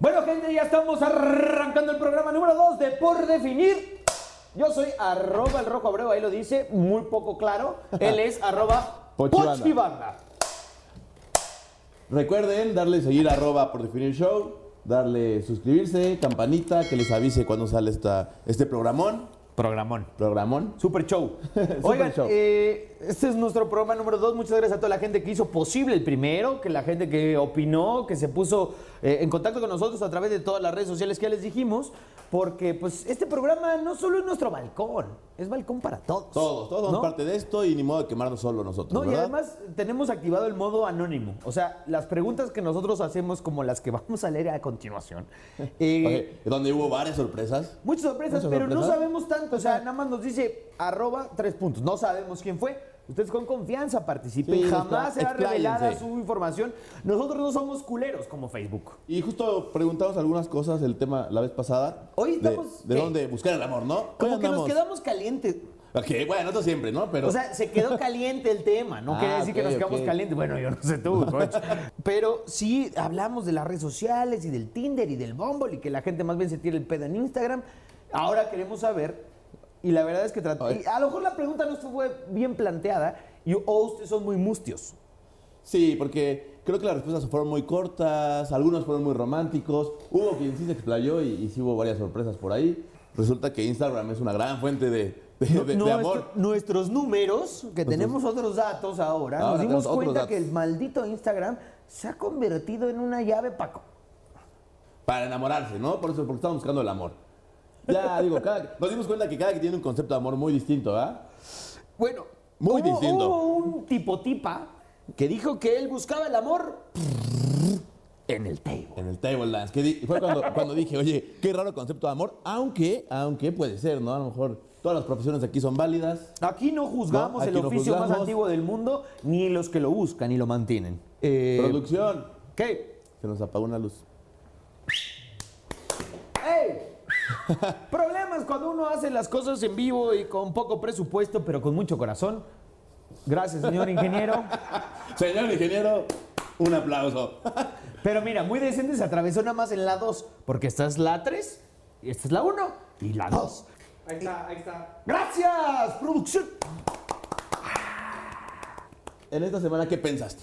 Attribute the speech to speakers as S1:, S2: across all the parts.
S1: Bueno, gente, ya estamos arrancando el programa número 2 de Por Definir. Yo soy arroba el rojo abreu, ahí lo dice, muy poco claro. Él es arroba
S2: Pochibanda.
S1: pochibanda.
S2: Recuerden darle seguir arroba por definir show, darle suscribirse, campanita, que les avise cuando sale esta, este programón.
S3: Programón.
S2: Programón.
S1: Super show. Oigan,
S2: show.
S1: eh, este es nuestro programa número 2. Muchas gracias a toda la gente que hizo posible el primero, que la gente que opinó, que se puso eh, en contacto con nosotros a través de todas las redes sociales que ya les dijimos, porque pues este programa no solo es nuestro balcón, es balcón para todos.
S2: Todos, todos somos
S1: ¿no?
S2: parte de esto y ni modo de quemarnos solo nosotros.
S1: No, y
S2: ¿verdad?
S1: además tenemos activado el modo anónimo. O sea, las preguntas que nosotros hacemos, como las que vamos a leer a continuación, eh,
S2: Ok, donde hubo varias sorpresas.
S1: Muchas sorpresas,
S2: Muchas
S1: pero no
S2: sorpresas.
S1: sabemos tanto. O sea, nada más nos dice arroba tres puntos. No sabemos én fue. Ustedes con confianza participen.
S2: Sí,
S1: Jamás
S2: está-
S1: será
S2: expláyense.
S1: revelada su información. Nosotros no somos culeros como Facebook.
S2: Y justo preguntamos algunas cosas el tema la vez pasada.
S1: Hoy
S2: de-
S1: estamos-
S2: De,
S1: ¿qué?
S2: dónde buscar el amor, ¿no?
S1: Como
S2: Hoy
S1: que nos
S2: andamos-
S1: quedamos calientes.
S2: Ok, bueno, eso siempre, ¿no? Pero
S1: O sea, se quedó caliente el tema. No
S2: Ah,
S1: quiere decir que
S2: ok,
S1: nos quedamos
S2: ok.
S1: calientes. Bueno, yo no sé tú, coach. Pero sí hablamos de las redes sociales y del Tinder y del Bumble y que la gente más bien se tira el pedo en Instagram. Ahora queremos saber. Y la verdad es que trat-
S2: Ay.
S1: y a lo mejor la pregunta no fue bien planteada y o ustedes son muy mustios.
S2: Sí, porque creo que las respuestas fueron muy cortas, algunos fueron muy románticos, hubo quien sí se explayó y, y sí hubo varias sorpresas por ahí. Resulta que Instagram es una gran fuente de, de- de- de
S1: Nuestro-
S2: amor.
S1: nuestros números, que tenemos otros datos ahora,
S2: Ah, Ahora
S1: nos dimos
S2: tenemos otros
S1: cuenta
S2: datos.
S1: que el maldito Instagram se ha convertido en una llave Paco.
S2: Para enamorarse, ¿no? Por eso, porque estamos buscando el amor. Ya, digo, cada- nos dimos cuenta que cada que tiene un concepto de amor muy distinto, ¿ah? ¿verdad?
S1: Bueno, hubo,
S2: Muy distinto.
S1: hubo un tipo tipa que dijo que él buscaba el amor en el table.
S2: En el table dance. Que di- fue cuando, cuando dije, oye, qué raro concepto de amor, aunque, aunque puede ser, ¿no? A lo mejor todas las profesiones aquí son válidas.
S1: Aquí no juzgamos
S2: No, aquí
S1: el
S2: no
S1: oficio más
S2: juzgamos.
S1: antiguo del mundo, ni los que lo buscan y lo mantienen. Eh,
S2: Producción.
S1: ¿Qué?
S2: Se nos apagó una luz.
S1: ¡Ey! Problemas cuando uno hace las cosas en vivo y con poco presupuesto, pero con mucho corazón. Gracias, señor ingeniero.
S2: Señor ingeniero, un aplauso.
S1: Pero mira, muy decente se atravesó nada más en la 2, porque esta es la 3, y esta es la 1 y la 2.
S4: Ahí está, ahí está.
S1: ¡Gracias, producción!
S2: En esta semana, ¿qué pensaste?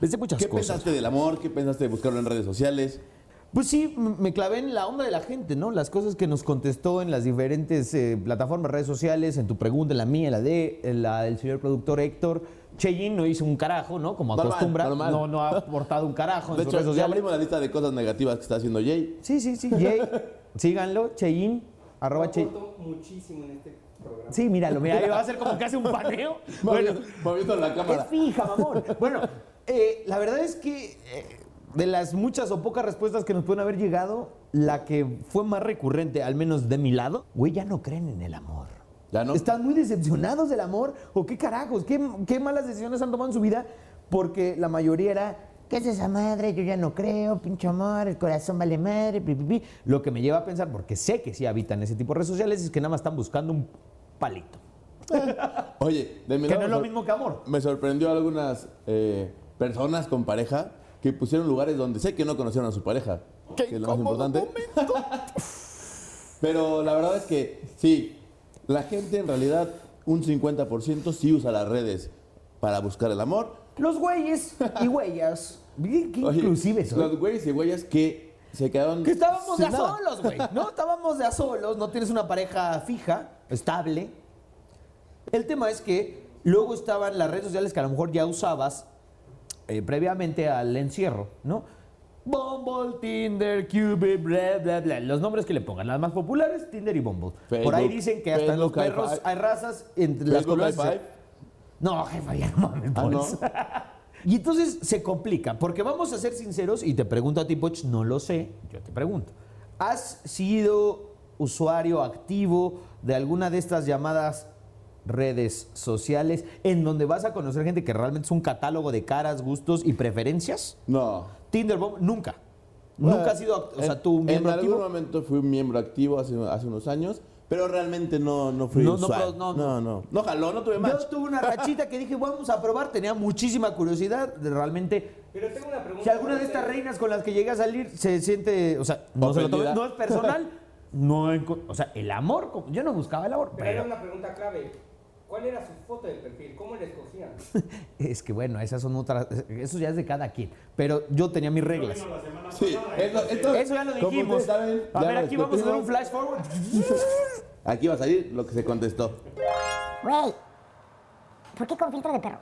S1: Pensé muchas
S2: ¿Qué
S1: cosas.
S2: pensaste del amor? ¿Qué pensaste de buscarlo en redes sociales?
S1: Pues sí, m- me clavé en la onda de la gente, ¿no? Las cosas que nos contestó en las diferentes eh, plataformas, redes sociales, en tu pregunta, en la mía, en la de en la del señor productor Héctor. Cheyenne no hizo un carajo, ¿no? Como
S2: Normal,
S1: acostumbra.
S2: normal.
S1: No, no ha aportado un carajo en
S2: De
S1: sus
S2: hecho,
S1: redes
S2: ya
S1: sociales.
S2: abrimos la lista de cosas negativas que está haciendo Jay.
S1: Sí, sí, sí. Jay, síganlo, Cheyenne, arroba Chey.
S4: Aporto muchísimo en este programa.
S1: Sí, míralo, mira, ahí va a ser como que hace un paneo. Bueno,
S2: Moviendo- moviendo la
S1: Es
S2: cámara.
S1: fija, mamón. Bueno, eh, la verdad es que eh, de las muchas o pocas respuestas que nos pueden haber llegado, la que fue más recurrente, al menos de mi lado, güey, ya no creen en el amor.
S2: Ya no.
S1: Están muy decepcionados del amor. ¿O qué carajos? ¿Qué, qué malas decisiones han tomado en su vida? Porque la mayoría era, ¿qué es esa madre? Yo ya no creo, pinche amor, el corazón vale madre, pi, pi, pi". Lo que me lleva a pensar, porque sé que sí habitan ese tipo de redes sociales, es que nada más están buscando un palito.
S2: Oye, de mi
S1: Que
S2: lado
S1: no es lo
S2: sor-
S1: mismo que amor.
S2: Me sorprendió algunas eh, personas con pareja que pusieron lugares donde sé que no conocieron a su pareja.
S1: ¡Qué
S2: que es lo más
S1: incómodo
S2: importante. Pero la verdad es que sí, la gente en realidad un 50% sí usa las redes para buscar el amor.
S1: Los güeyes y güeyas. Miren qué
S2: Oye,
S1: inclusives son.
S2: Los güeyes y güeyas que se quedaron.
S1: ¿eh? Que estábamos de
S2: sin
S1: a
S2: nada.
S1: solos, güey. No, estábamos de a solos. No tienes una pareja fija, estable. El tema es que luego estaban las redes sociales que a lo mejor ya usabas eh, previamente al encierro, ¿no? Bumble, Tinder, Cupid, bla, bla, bla. Los nombres que le pongan. Las más populares, Tinder y Bumble. Por ahí
S2: Facebook,
S1: dicen que hasta en los
S2: Facebook,
S1: perros
S2: hi-fi.
S1: hay razas entre las
S2: Facebook
S1: colonias.
S2: High Five.
S1: No, jefa, ya no mames,
S2: Ah, no.
S1: pues. Y entonces se complica, porque vamos a ser sinceros, y te pregunto a ti, Poch, no lo sé, yo te pregunto. ¿Has sido usuario activo de alguna de estas llamadas redes sociales en donde vas a conocer gente que realmente es un catálogo de caras, gustos y preferencias?
S2: No.
S1: Tinder, Bumble, nunca.
S2: Bueno,
S1: nunca has sido, act- o sea,
S2: en-
S1: tú miembro
S2: En
S1: activo.
S2: algún momento fui un miembro activo hace, hace unos años, Pero realmente no, no fui
S1: No, no,
S2: usual.
S1: pero no,
S2: no, no. No jaló, no tuve
S1: Yo
S2: match.
S1: tuve una rachita que dije, vamos a probar. Tenía muchísima curiosidad de realmente.
S4: Pero tengo una pregunta.
S1: Si alguna de
S4: para
S1: estas
S4: ustedes.
S1: reinas con las que llegué a salir se siente, o sea, no, se lo tome-
S2: Ofendida.
S1: no es personal, no, enco- o sea, el amor, como- yo no buscaba el amor,
S4: Pero era
S1: pero
S4: una pregunta clave. ¿Cuál era su foto de perfil? ¿Cómo la escogían?
S1: es que bueno, esas son otras, eso ya es de cada quien, pero yo tenía mis reglas.
S2: Sí, es lo- esto-
S1: Eso ya lo
S2: como
S1: dijimos.
S2: ustedes saben,
S1: a
S2: ya
S1: ver,
S2: lo
S1: aquí vamos a hacer un
S2: discutimos.
S1: flash forward.
S2: Aquí va a salir lo que se contestó.
S3: Güey, ¿por qué con filtro de perro?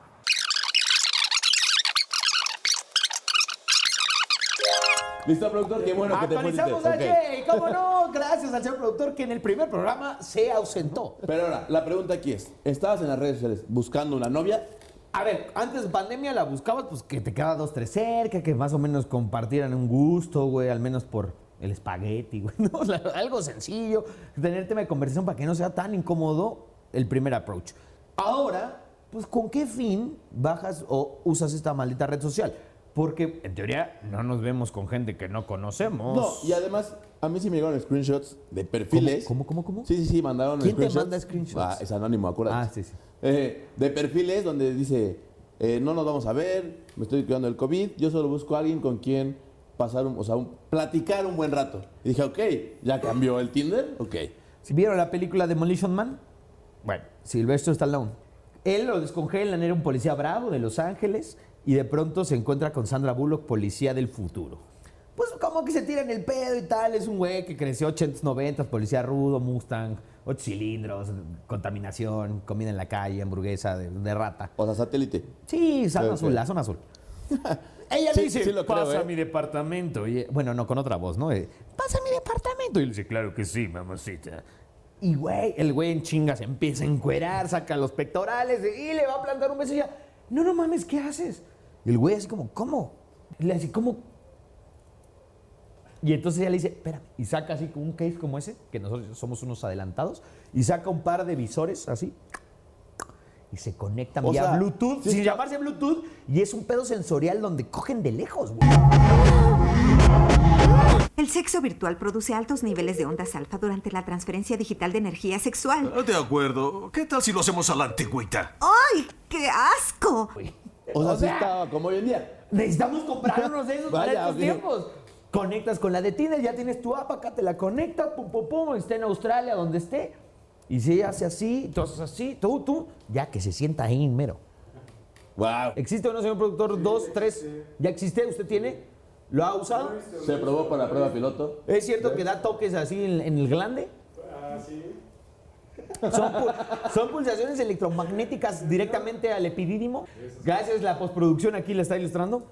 S2: Listo, productor, qué bueno que te pusiste.
S1: Actualizamos a
S2: Ok.
S1: Jay, cómo no, gracias al señor productor que en el primer programa se ausentó.
S2: Pero ahora, la pregunta aquí es, ¿estabas en las redes sociales buscando una novia?
S1: A ver, antes de pandemia la buscabas, pues que te quedaba dos, tres cerca, que más o menos compartieran un gusto, güey, al menos por el espagueti, güey, ¿no? O sea, algo sencillo, tener tema de conversación para que no sea tan incómodo el primer approach. Ahora, pues con qué fin bajas o usas esta maldita red social? Porque en teoría no nos vemos con gente que no conocemos.
S2: No, y además, a mí sí me llegaron screenshots de perfiles.
S1: ¿Cómo, cómo, cómo?
S2: Sí, sí, sí, mandaron
S1: ¿Quién te manda screenshots?
S2: Ah, es anónimo, acuérdate.
S1: Ah, sí, sí.
S2: Eh, de perfiles donde dice, eh, no nos vamos a ver, me estoy cuidando del COVID, yo solo busco a alguien con quien pasar, un, o sea, un- platicar un buen rato. Y dije, ok, ¿ya cambió el Tinder? Ok.
S1: Si vieron la película Demolition Man, bueno, Sylvester Stallone. Él lo descongelan, era un policía bravo de Los Ángeles y de pronto se encuentra con Sandra Bullock, policía del futuro. Pues como que se tiran el pedo y tal, es un güey que creció 80s, 90s, policía rudo, Mustang, ocho cilindros, contaminación, comida en la calle, hamburguesa de, de rata.
S2: O sea, satélite.
S1: Sí, zona
S2: Sí, sí.
S1: azul, la zona azul. Ella
S2: Sí,
S1: le dice,
S2: sí lo creo,
S1: pasa a
S2: ¿eh?
S1: mi departamento. Y, eh, bueno, no, con otra voz, ¿no? Eh, pasa a mi departamento. Y él dice, claro que sí, mamacita. Y, güey, el güey en chingas empieza a encuerar, saca los pectorales y le va a plantar un beso y ya, no, no mames, ¿qué haces? Y el güey así como, ¿cómo? Y le dice, ¿cómo? Y entonces ella le dice, espérame, y saca así un case como ese, que nosotros somos unos adelantados, y saca un par de visores así, y se conectan
S2: O
S1: vía
S2: sea,
S1: Bluetooth,
S2: sí
S1: sin
S2: está-
S1: llamarse Bluetooth, y es un pedo sensorial donde cogen de lejos, güey.
S5: El sexo virtual produce altos niveles de ondas alfa durante la transferencia digital de energía sexual.
S6: De acuerdo. ¿Qué tal si lo hacemos a la antigüita?
S5: ¡Ay, qué asco!
S2: O sea,
S1: O
S2: sí
S1: sea-
S2: estaba como hoy en día.
S1: Necesitamos comprar unos de esos para
S2: Vaya,
S1: estos
S2: bien.
S1: tiempos. Conectas con la de Tinder, ya tienes tu app, acá te la conectas, pum, pum, pum, está en Australia, donde esté. Y si ella hace así, tú haces así, tú, tú, ya que se sienta ahí, mero.
S2: Wow.
S1: ¿Existe o no, señor productor? Dos, tres. ¿Ya existe? ¿Usted tiene? ¿Lo ha usado?
S2: Se probó para la prueba piloto.
S1: ¿Es cierto que da toques así en, en el glande? Ah, sí. Son, pu- son pulsaciones electromagnéticas directamente al epidídimo. Gracias, la postproducción aquí la está ilustrando.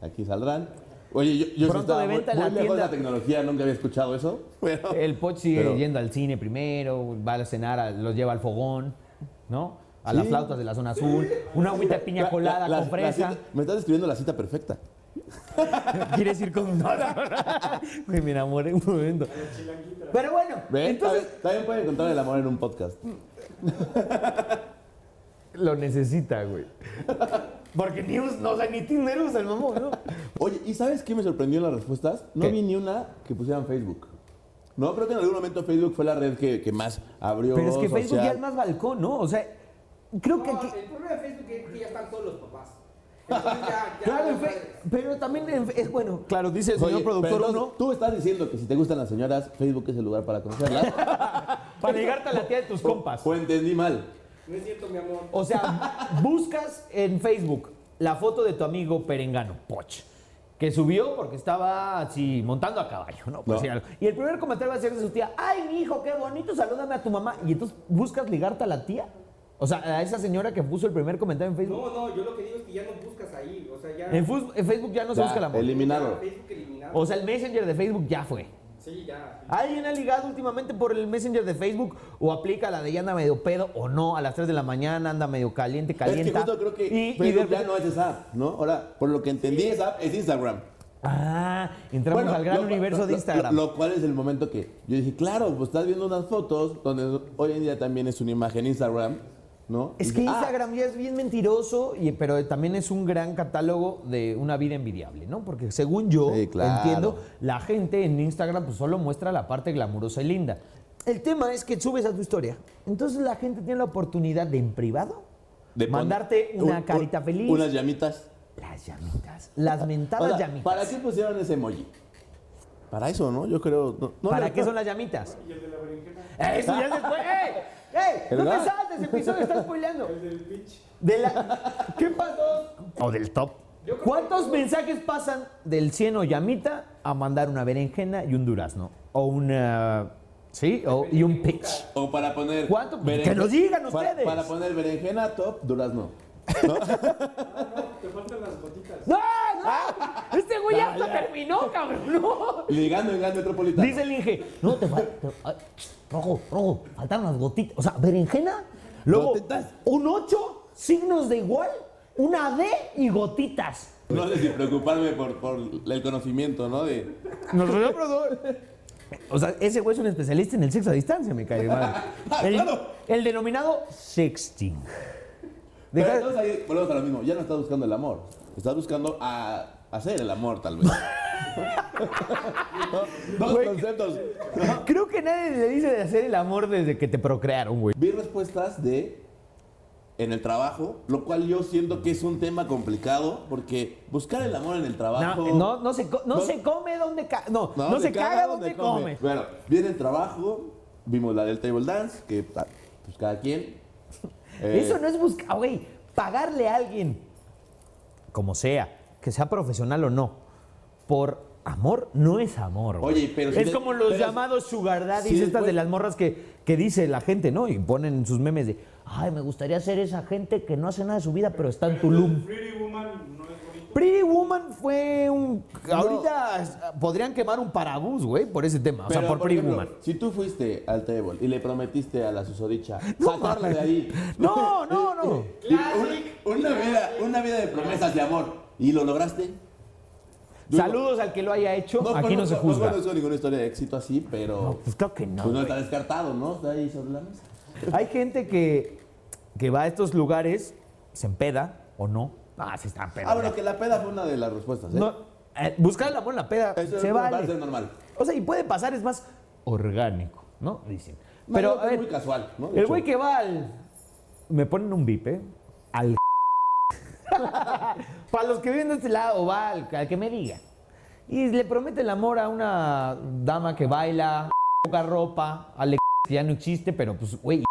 S2: Aquí saldrán. Oye, yo, yo sí
S1: Pronto
S2: estaba
S1: de venta en
S2: muy,
S1: la
S2: muy lejos de la
S1: tienda.
S2: tecnología, nunca había escuchado eso. Bueno,
S1: El Poch sigue
S2: Pero-
S1: yendo al cine primero, va a cenar, a- los lleva al fogón, ¿no? A las
S2: Sí.
S1: flautas de la zona azul, una agüita de piña colada
S2: la- la-
S1: con fresa.
S2: la cita- me estás escribiendo la cita perfecta.
S1: ¿Quieres ir con no, no, no. Güey, me enamoré un momento. Pero bueno,
S2: ¿Ve?
S1: entonces
S2: También- También pueden encontrar el amor en un podcast.
S1: lo necesita, güey. Porque ni us- no, o sea, ni Tinder usa el mamón, ¿no?
S2: Oye, ¿y sabes qué me sorprendió en las respuestas? No
S1: ¿Qué?
S2: vi ni una que pusieran Facebook. No, creo que en algún momento Facebook fue la red que, que más abrió.
S1: Pero es que Facebook
S2: social.
S1: ya es más balcón, ¿no? O sea, creo que
S4: No,
S1: aquí...
S4: el problema de Facebook es que ya están todos los papás. Entonces ya, ya
S1: Claro, en
S4: vale
S1: fe-
S4: madres.
S1: pero también en fe- es bueno, claro, dice el
S2: Oye,
S1: señor productor
S2: pero
S1: uno,
S2: entonces, Tú estás diciendo que si te gustan las señoras, Facebook es el lugar para conocerlas.
S1: para llegarte a la tía de tus compas.
S2: o entendí mal.
S4: No es cierto, mi amor.
S1: O sea, buscas en Facebook la foto de tu amigo Perengano, Poch, que subió porque estaba así montando a caballo, ¿no? Por
S2: No.
S1: decir algo. Y el primer comentario va a ser de su tía, ay, mi hijo, qué bonito, salúdame a tu mamá. Y entonces buscas ligarte a la tía. O sea, a esa señora que puso el primer comentario en Facebook.
S4: No, no, yo lo que digo es que ya no buscas ahí. O sea, ya.
S1: En, fus- en Facebook ya no se
S2: Ya,
S1: busca la Pues amor.
S2: eliminado.
S4: Facebook eliminado.
S1: O sea, el Messenger de Facebook ya fue.
S4: sí, ya.
S1: ¿Alguien ha ligado últimamente por el Messenger de Facebook o aplica la de ya anda medio pedo o no? A las 3 de la mañana anda medio caliente, calienta.
S2: Es que justo creo que
S1: Y- y de
S2: Facebook ya
S1: repente-
S2: no es esa app, ¿no? Ahora, por lo que entendí, esa app es Instagram.
S1: Ah, entramos
S2: Bueno,
S1: al gran
S2: lo-
S1: universo
S2: lo-
S1: de
S2: lo-
S1: Instagram.
S2: Lo, cual es el momento que yo dije, claro, pues estás viendo unas fotos donde hoy en día también es una imagen Instagram, ¿no?
S1: es
S2: Y
S1: que
S2: dije, ah,
S1: Instagram ya es bien mentiroso, y- pero también es un gran catálogo de una vida envidiable, ¿no? Porque según yo
S2: Sí, claro.
S1: entiendo, la gente en Instagram pues solo muestra la parte glamurosa y linda. El tema es que subes a tu historia. Entonces la gente tiene la oportunidad de en privado
S2: De pon-
S1: mandarte una
S2: un- un-
S1: carita feliz.
S2: Unas llamitas.
S1: Las llamitas. Las
S2: O
S1: mentadas
S2: sea,
S1: llamitas.
S2: ¿Para qué pusieron ese emoji? Para eso, ¿no? Yo creo. no- no
S1: ¿Para
S2: le-
S1: qué son las llamitas? Y el de la berenjena. Eso ya es después. ¡Ey! ey, No
S2: ¿Verdad?
S1: te saltes ese episodio, estás spoileando. El del pitch. De la... ¿Qué pasó? O del top. ¿Cuántos mensajes pasan del 100 o llamita a mandar una berenjena y un durazno? O una. ¿Sí? O, y un pitch.
S2: O para poner.
S1: ¿Cuánto?
S2: beren-
S1: Que lo digan
S2: para-
S1: ustedes.
S2: Para poner berenjena top, durazno.
S4: Te faltan las gotitas.
S1: ¡No! ¡No! Este güey ya hasta terminó, cabrón. No.
S2: Ligando en Gran Metropolitano.
S1: Dice el Inge, no te falta. Rojo, rojo, faltaron las gotitas. O sea, berenjena, luego
S2: Gotitas.
S1: un 8, signos de igual, una D y gotitas.
S2: No sé si preocuparme por, por el conocimiento, ¿no? De,
S1: Nos rodeó, pero- O sea, ese güey es un especialista en el sexo a distancia, me cae de madre. El, el denominado sexting.
S2: Pero
S1: Deja-
S2: entonces ahí volvemos a lo mismo. Ya no estás buscando el amor. Estás buscando a hacer el amor, tal vez. ¿No? Dos
S1: Güey,
S2: conceptos.
S1: Creo que nadie le dice de hacer el amor desde que te procrearon, güey.
S2: Vi respuestas de en el trabajo, lo cual yo siento que es un tema complicado porque buscar el amor en el
S1: No,
S2: trabajo.
S1: no, no se, co- no
S2: No-
S1: se come donde ca- no, no se caga donde come.
S2: Bueno, viene el trabajo, vimos la del table dance, que ah, pues cada quien. eh,
S1: Eso no es buscar, güey, pagarle a alguien, como sea, que sea profesional o no, por amor, no es amor. güey.
S2: Oye, pero si
S1: es
S2: de-
S1: como los
S2: pero-
S1: llamados sugar daddies,
S2: si
S1: estas
S2: después-
S1: de las morras que, que dice la gente, ¿no? Y ponen sus memes de, ay, me gustaría ser esa gente que no hace nada de su vida, pero está en Tulum.
S7: Pretty Woman no es bonito.
S1: Pretty Woman fue un...
S2: No.
S1: Ahorita podrían quemar un parabús, güey, por ese tema. O sea,
S2: Pero,
S1: por, Pretty
S2: ejemplo,
S1: Woman.
S2: Si tú fuiste al table y le prometiste a la susodicha sacarla de ahí.
S1: No, no, no.
S2: Y un- una, vida, una vida de promesas de amor. ¿Y lo lograste? Digo,
S1: Saludos al que lo haya hecho. Aquí no se
S2: No
S1: juzga.
S2: conozco ninguna historia de éxito así, pero.
S1: No, pues claro que no.
S2: pues no
S1: güey.
S2: está descartado, ¿no? Está ahí sobre la mesa.
S1: Hay gente que, que va a estos lugares, se empeda o no. Ah, se está
S2: Ah, bueno,
S1: empedando.
S2: que la peda fue una de las respuestas. ¿eh?
S1: No, eh, buscar el amor en la peda
S2: Eso
S1: se
S2: me
S1: vale.
S2: parece normal.
S1: O sea, y puede pasar, es más orgánico, ¿no? Dicen.
S2: No,
S1: Pero,
S2: no,
S1: a
S2: es
S1: ver,
S2: muy casual, ¿no? De
S1: el
S2: hecho.
S1: güey que va al. Me ponen un bip, ¿eh? Al. Para los que viven de este lado, va al, al que me diga. Y le promete el amor a una dama que baila, poca ropa, al que ya no existe, pero pues, güey,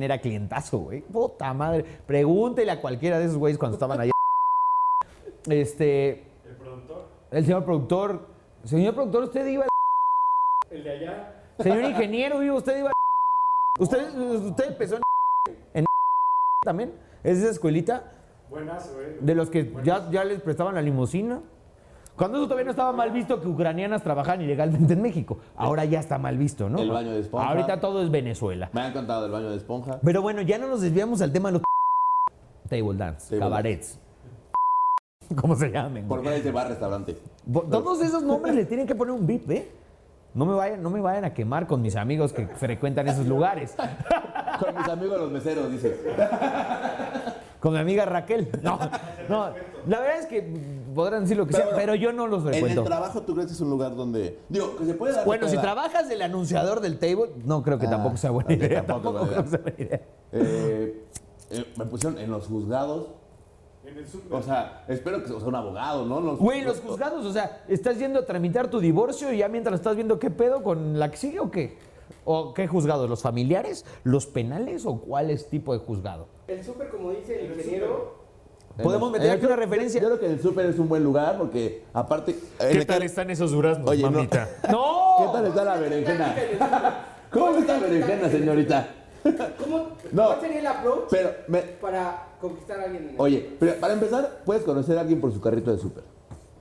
S1: era clientazo, güey. Puta madre. Pregúntele a cualquiera de esos güeyes cuando estaban allá. Este.
S7: El productor,
S1: El señor productor. Señor productor, usted iba al.
S7: el de allá,
S1: Señor ingeniero, vivo, usted iba al. Usted, usted empezó en. en también. Es esa escuelita
S7: buenazo, ¿eh?
S1: de los que ya, ya les prestaban la limusina. Cuando eso todavía no estaba mal visto que ucranianas trabajan ilegalmente en México. Ahora ya está mal visto, ¿no?
S2: El baño de esponja.
S1: Ahorita todo es Venezuela.
S2: Me han contado del baño de esponja.
S1: Pero bueno, ya no nos desviamos al tema de los table dance,
S2: Table
S1: cabarets. ¿Cómo se llamen?
S2: Por
S1: güey?
S2: ver ese bar restaurante.
S1: Bo- Todos esos nombres les tienen que poner un bip, ¿eh? No me, vayan, no me vayan a quemar con mis amigos que frecuentan esos lugares.
S2: Con mis amigos los meseros, dices.
S1: Con mi amiga Raquel. No, no. La verdad es que podrán decir lo que sea,
S2: bueno,
S1: pero yo no los
S2: En el
S1: frecuento.
S2: trabajo, ¿tú crees que es un lugar donde. Digo, que se puede dar.
S1: Bueno, si
S2: peda?
S1: trabajas del anunciador del table, no creo que
S2: Ah,
S1: tampoco sea buena
S2: ok,
S1: idea.
S2: tampoco
S1: Tampoco creo
S2: buena
S1: que sea buena idea.
S2: Eh, eh, me pusieron en los juzgados.
S7: En el súper.
S2: O sea, espero que sea un abogado, ¿no? Los-
S1: Güey, los juzgados, o sea, estás yendo a tramitar tu divorcio y ya mientras estás viendo qué pedo con la que sigue o qué. ¿O qué juzgados? ¿Los familiares? ¿Los penales o cuál es tipo de juzgado?
S4: El súper, como dice el ingeniero,
S2: en
S1: podemos meter
S2: en
S1: aquí una referencia.
S2: Yo creo que el súper es un buen lugar porque, aparte. en el car-
S1: están esos duraznos,
S2: Oye, no.
S1: ¡No!
S2: ¿Qué tal está la berenjena? ¿Cómo está la berenjena, señorita?
S4: ¿cómo,
S2: No.
S4: ¿cuál sería el approach
S2: Pero, me-
S4: para conquistar a alguien? en el-
S2: oye, pero para empezar, puedes conocer a alguien por su carrito de súper.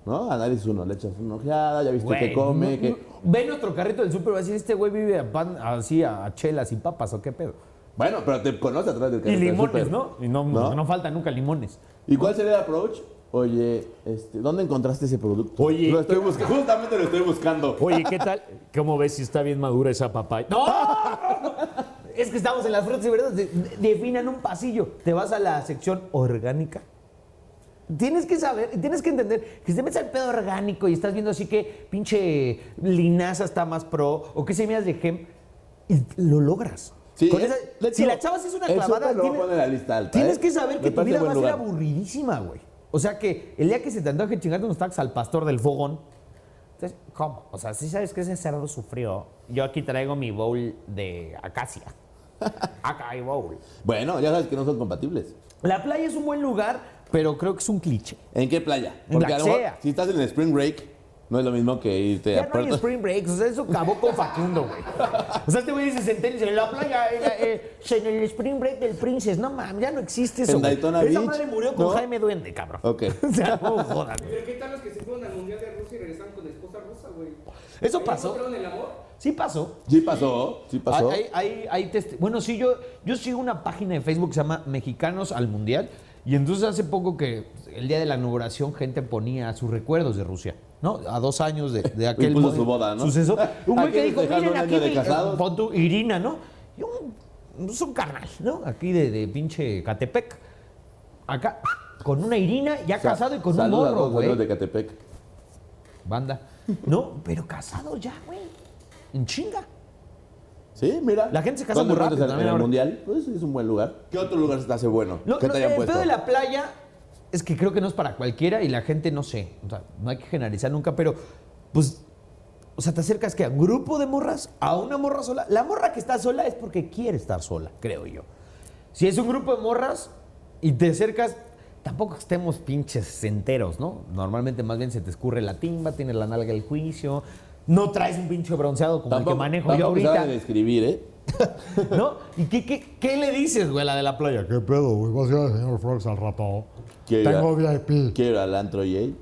S2: ¿No? Análisis uno, le echas una ojeada, ya viste
S1: Güey,
S2: que come,
S1: no-
S2: que.
S1: no- Ve nuestro carrito del súper y va a decir, este güey vive a pan, así a chelas y papas o qué pedo.
S2: Bueno, pero te conoce atrás del
S1: Y
S2: carrito del
S1: limones,
S2: súper.
S1: ¿no? Y no,
S2: ¿No?
S1: no falta nunca limones.
S2: ¿Y cuál sería el approach? Oye, este, ¿dónde encontraste ese producto?
S8: Oye,
S2: lo estoy buscando, justamente lo estoy buscando.
S8: Oye, ¿qué tal? ¿Cómo ves si está bien madura esa papaya?
S1: ¡No! Es que estamos en las frutas y verduras. De- de- Definan un pasillo. Te vas a la sección orgánica. Tienes que saber, tienes que entender que si te metes al pedo orgánico y estás viendo así que pinche linaza está más pro o que semillas de gem, y lo logras.
S2: Sí,
S1: Con
S2: eh,
S1: esa-
S2: de
S1: si
S2: hecho,
S1: la chava sí es una
S2: el
S1: clavada,
S2: súper lo
S1: tiene-
S2: pone en la lista alta,
S1: tienes
S2: ¿eh?
S1: que saber que
S2: Me
S1: tu
S2: parece
S1: vida va
S2: buen
S1: a ser
S2: lugar.
S1: aburridísima, güey. O sea que el día que se te antoje chingarte unos tacos al pastor del fogón, entonces, ¿cómo? O sea, sí sabes que ese cerdo sufrió. Yo aquí traigo mi bowl de acacia. Acá hay bowl.
S2: Bueno, ya sabes que no son compatibles.
S1: La playa es un buen lugar, pero creo que es un cliché.
S2: ¿En qué playa?
S1: En
S2: Porque
S1: la
S2: a lo
S1: que
S2: mejor,
S1: sea.
S2: si estás en el Spring Break, no es lo mismo que irte
S1: Ya
S2: a
S1: no hay
S2: Puerto.
S1: spring breaks, o sea, eso acabó con Facundo, güey. O sea, este güey dice sentencia en la playa, en, la- eh, en el spring break del Princess. No mames, ya no existe eso.
S2: En
S1: güey.
S2: Daytona
S1: Esa
S2: Beach,
S1: madre murió con
S2: ¿no?
S1: Jaime Duende, cabrón.
S2: Ok.
S1: O sea, no jodan. güey.
S4: Pero ¿qué tal los que se fueron al Mundial de Rusia y regresaron con esposa rusa, güey?
S1: Eso
S4: ¿Ahí
S1: pasó.
S4: encontraron el amor?
S1: Sí pasó.
S2: Sí pasó, sí pasó.
S1: Hay, hay- hay test- Bueno, sí, yo, yo sigo una página de Facebook que se llama Mexicanos al Mundial. Y entonces hace poco que el día de la inauguración gente ponía sus recuerdos de Rusia, ¿no? A dos años de, de aquel
S2: puso
S1: mo-
S2: su boda, ¿no?
S1: suceso. Un güey que
S2: Aquí
S1: dijo,
S2: dejando
S1: miren
S2: un año
S1: aquí
S2: de
S1: mi-
S2: casados".
S1: pon tú, Irina, ¿no? Y un, es un carnal, ¿no? Aquí de, de pinche Catepec. Acá, con una Irina ya
S2: O sea,
S1: casado y con un
S2: saludos a
S1: morro,
S2: todos
S1: güey
S2: los de Catepec.
S1: banda. No, pero casados ya, güey. En chinga.
S2: Sí, mira.
S1: La gente se casa
S2: ¿Dónde
S1: muy rápido
S2: encuentras
S1: también
S2: en el
S1: ahora.
S2: mundial? Pues es un buen lugar. ¿Qué otro lugar se te hace bueno?
S1: Lo-
S2: ¿Qué
S1: lo-
S2: te hayan
S1: el
S2: puesto?
S1: pedo de la playa es que creo que no es para cualquiera y la gente no sé. O sea, no hay que generalizar nunca, pero pues. O sea, te acercas que a un grupo de morras, a una morra sola. La morra que está sola es porque quiere estar sola, creo yo. Si es un grupo de morras y te acercas, tampoco estemos pinches enteros, ¿no? Normalmente más bien se te escurre la timba, tienes la nalga el juicio, no traes un pinche bronceado como el que manejo yo
S2: tampoco
S1: ahorita.
S2: saben escribir, ¿eh?
S1: ¿No? ¿Y qué, qué, qué le dices, güey, a la de la playa?
S9: ¿Qué pedo, güey? ¿Vas a ir al señor Frogs al rato?
S2: Qué
S9: Tengo
S2: gra-
S9: VIP.
S2: Quiero al antro y ahí.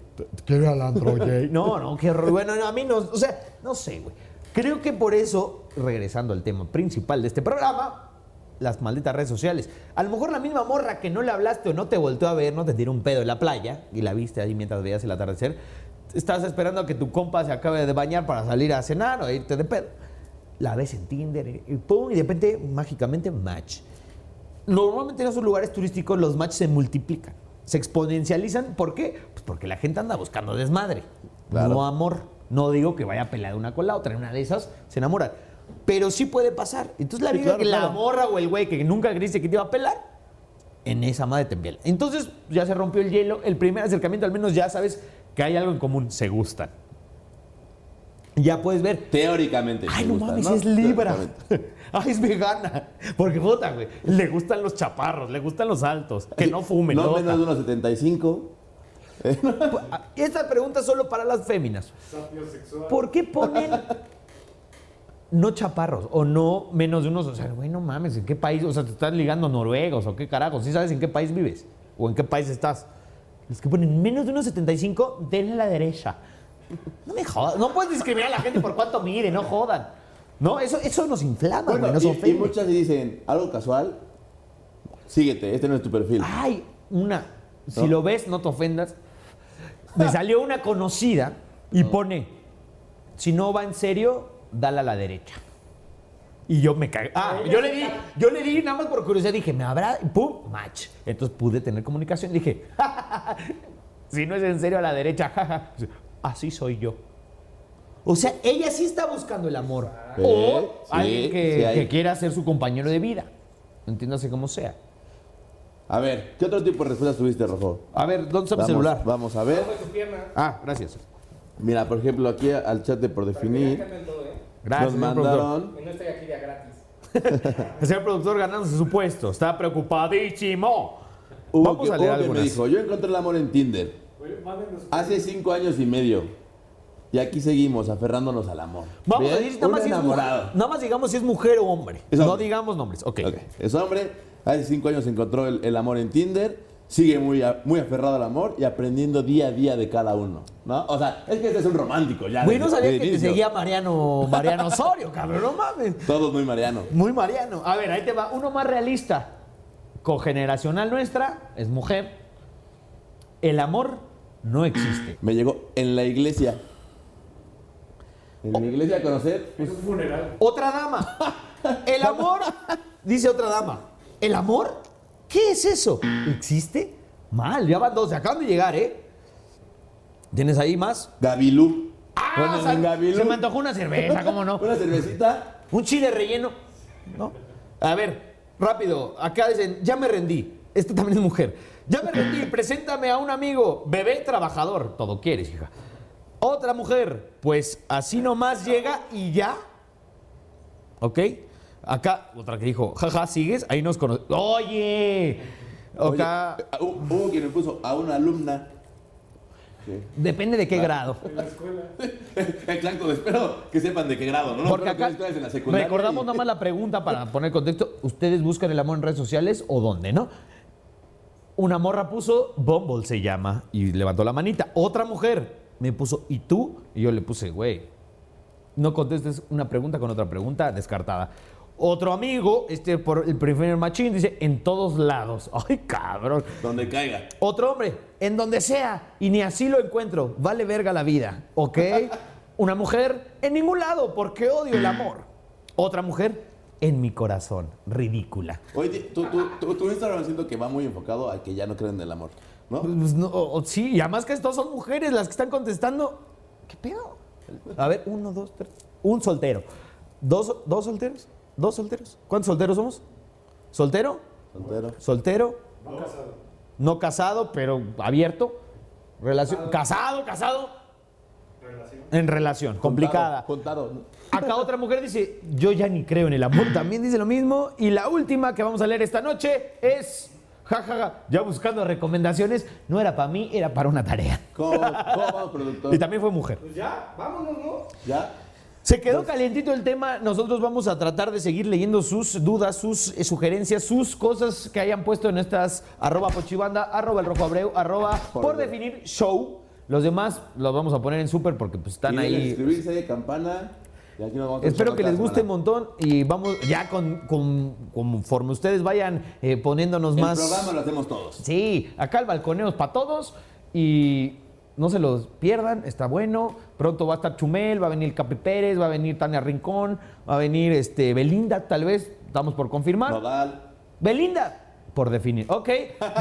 S9: Quiero ir al antro, Jay.
S1: No, no, qué horror. Bueno, no, a mí no, o sea, no sé, güey. Creo que por eso, regresando al tema principal de este programa, las malditas redes sociales. A lo mejor la misma morra que no le hablaste o no te volteó a ver, no te tiró un pedo en la playa y la viste ahí mientras veías el atardecer, estás esperando a que tu compa se acabe de bañar para salir a cenar o irte de pedo. La ves en Tinder eh, y pum, y de repente, mágicamente, match. Normalmente en esos lugares turísticos los matches se multiplican, se exponencializan. ¿Por qué? Pues porque la gente anda buscando desmadre,
S2: Claro.
S1: no amor. No digo que vaya pelada una con la otra, en una de esas se enamoran. Pero sí puede pasar. Entonces la
S2: Sí,
S1: vida
S2: claro,
S1: que la
S2: claro.
S1: morra o el güey que nunca creíste que te iba a pelar, en esa madre te empiela. Entonces ya se rompió el hielo. El primer acercamiento al menos ya sabes que hay algo en común. Se gustan. Ya puedes ver.
S2: Teóricamente.
S1: Ay,
S2: te
S1: no
S2: gusta,
S1: mames, es libra.
S2: Teóricamente.
S1: Ay, es vegana. Porque puta, güey. Le gustan los chaparros, le gustan los altos. Que no fumen,
S2: No
S1: no.
S2: menos de unos 75.
S1: Ah, Esta pregunta es solo para las féminas.
S7: Sapiosexual.
S1: ¿Por qué ponen no chaparros o no menos de unos? O sea, güey, no mames, ¿en qué país? O sea, te estás ligando noruegos o qué carajos. ¿Sí sabes en qué país vives? ¿O en qué país estás? Los que ponen menos de unos 75, denle a la derecha. No me jodas. No puedes discriminar a la gente por cuánto mide, no jodan. No, eso, eso nos inflama, güey, nos
S2: y- y,
S1: ofende.
S2: muchas dicen, algo casual, síguete, este no es tu perfil.
S1: Ay, una. Si
S2: ¿No?
S1: lo ves, no te ofendas. Me salió una conocida y pone, si no va en serio, dale a la derecha. Y yo me cagué. Ah, yo le di, yo le di nada más por curiosidad, dije, me habrá, Y pum, match. Entonces pude tener comunicación. Dije, si no es en serio a la derecha, jaja. así soy yo. O sea, ella sí está buscando el amor.
S2: Sí,
S1: o
S2: sí,
S1: alguien que,
S2: sí hay.
S1: que quiera ser su compañero de vida. Entiéndase como sea.
S2: A ver, ¿qué otro tipo de respuestas tuviste, Rojo?
S1: A ver, ¿dónde está mi
S2: Vamos-
S1: celular?
S2: Vamos a ver.
S4: Su pierna.
S1: Ah, gracias.
S2: Mira, por ejemplo, aquí al chat de por
S4: Mira,
S2: definir,
S4: cambian todo, ¿eh?
S1: Gracias,
S2: nos
S1: señor productor.
S2: mandaron.
S4: Que no estoy aquí de a gratis.
S1: El señor productor ganándose su puesto. Está preocupadísimo.
S2: Hugo
S1: Vamos
S2: que,
S1: a leer
S2: Hugo que me
S1: algunas.
S2: dijo, yo encontré el amor en Tinder
S7: Oye, mándenos.
S2: hace cinco años y medio. Y aquí seguimos, aferrándonos al amor.
S1: Vamos
S2: ¿Ves?
S1: a decir nada
S2: Un
S1: más, si es mujer,
S2: enamorado.
S1: nada más digamos si es mujer o hombre.
S2: Es
S1: no
S2: hombre.
S1: digamos nombres. Ok.
S2: Ok. Es hombre, hace cinco años encontró el, el amor en Tinder, sigue muy, a- muy aferrado al amor y aprendiendo día a día de cada uno, ¿no? O sea, es que este es un romántico ya.
S1: Güey,
S2: desde-
S1: no sabía que
S2: desde
S1: te
S2: inicio.
S1: seguía Mariano, Mariano Osorio, cabrón. No mames.
S2: Todos muy mariano.
S1: Muy Mariano. A ver, ahí te va. Uno más realista. Cogeneracional nuestra es mujer. El amor no existe.
S2: Me llegó en la iglesia. En la iglesia a conocer.
S7: Es un funeral.
S1: Otra dama. El amor, dice otra dama. ¿El amor? ¿Qué es eso? ¿Existe? Mal, ya van dos, se acaban de llegar, ¿eh? ¿Tienes ahí más?
S2: Gabilú.
S1: Ah,
S2: Con el
S1: o sea,
S2: Gavilú.
S1: se me antojó una cerveza, ¿cómo no?
S2: Una cervecita.
S1: Un chile relleno. ¿No? A ver, rápido. Acá dicen, ya me rendí. Esta también es mujer. Ya me rendí, preséntame a un amigo, bebé trabajador. Todo quieres, hija. Otra mujer, pues así nomás llega y ya. ¿Ok? Acá, otra que dijo, jaja, ¿sigues? Ahí nos conocemos. ¡Oye! Acá,
S2: Oye, hu- Hubo quien me puso a una alumna.
S1: depende de qué grado.
S7: en la escuela.
S2: Exacto, espero que sepan de qué grado, ¿no?
S1: Porque
S2: Espero que
S1: acá
S2: no estén en la secundaria
S1: recordamos
S2: y-
S1: nada más la pregunta para poner contexto. ¿Ustedes buscan el amor en redes sociales o dónde, no? Una morra puso, Bumble se llama, y levantó la manita. Otra mujer me puso, ¿y tú? Y yo le puse, güey, no contestes una pregunta con otra pregunta, descartada. Otro amigo, este por el primer machín, dice, en todos lados. Ay, cabrón.
S2: Donde caiga.
S1: Otro hombre, en donde sea, y ni así lo encuentro. Vale verga la vida, ¿ok? Una mujer, en ningún lado, porque odio el amor. Otra mujer, en mi corazón. Ridícula.
S2: Oye, ti- tu, tu, tu- tu Instagram siento que va muy enfocado a que ya no creen en el amor, ¿no?
S1: Pues no, o- o sí, y además que estas son mujeres las que están contestando. ¿Qué pedo? A ver, uno, dos, tres. Un soltero. ¿Dos, dos solteros? ¿Dos solteros? ¿Cuántos solteros somos? ¿Soltero?
S2: Soltero.
S1: ¿Soltero? No casado, pero abierto. Relación. Casado, casado. En relación, complicada.
S2: Contado. ¿no?
S1: Acá otra mujer dice, yo ya ni creo en el amor, también dice lo mismo. Y la última que vamos a leer esta noche es, jajaja, ya buscando recomendaciones, no era para mí, era para una tarea.
S2: ¿Cómo, cómo vamos, productor?
S1: Y también fue mujer.
S4: Pues ya, vámonos, ¿no?
S2: ¿Ya?
S1: Se quedó calientito el tema, nosotros vamos a tratar de seguir leyendo sus dudas, sus eh, sugerencias, sus cosas que hayan puesto en estas arroba pochibanda, arroba el rojo abreu, arroba por, definir show. Los demás los vamos a poner en súper porque pues, están
S2: Y deben
S1: ahí.
S2: Suscribirse, campana. Y aquí nos vamos a
S1: Espero
S2: escuchar
S1: que les
S2: cada
S1: guste un
S2: semana.
S1: montón y vamos ya con, con- conforme ustedes vayan eh, poniéndonos más.
S2: El programa lo hacemos todos.
S1: Sí, acá el balconeo es para todos y no se los pierdan, está bueno. Pronto va a estar Chumel, va a venir Capi Pérez, va a venir Tania Rincón, va a venir este Belinda, tal vez, estamos por confirmar.
S2: Nodal.
S1: Belinda, por definir. Ok,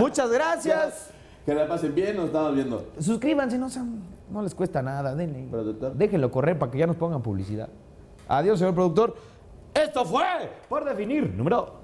S1: muchas gracias.
S2: Que la pasen bien, nos estamos viendo.
S1: Suscríbanse, no, sean- no les cuesta nada, denle.
S2: Productor.
S1: Déjenlo correr para que ya nos pongan publicidad. Adiós, señor productor. Esto fue Por Definir, número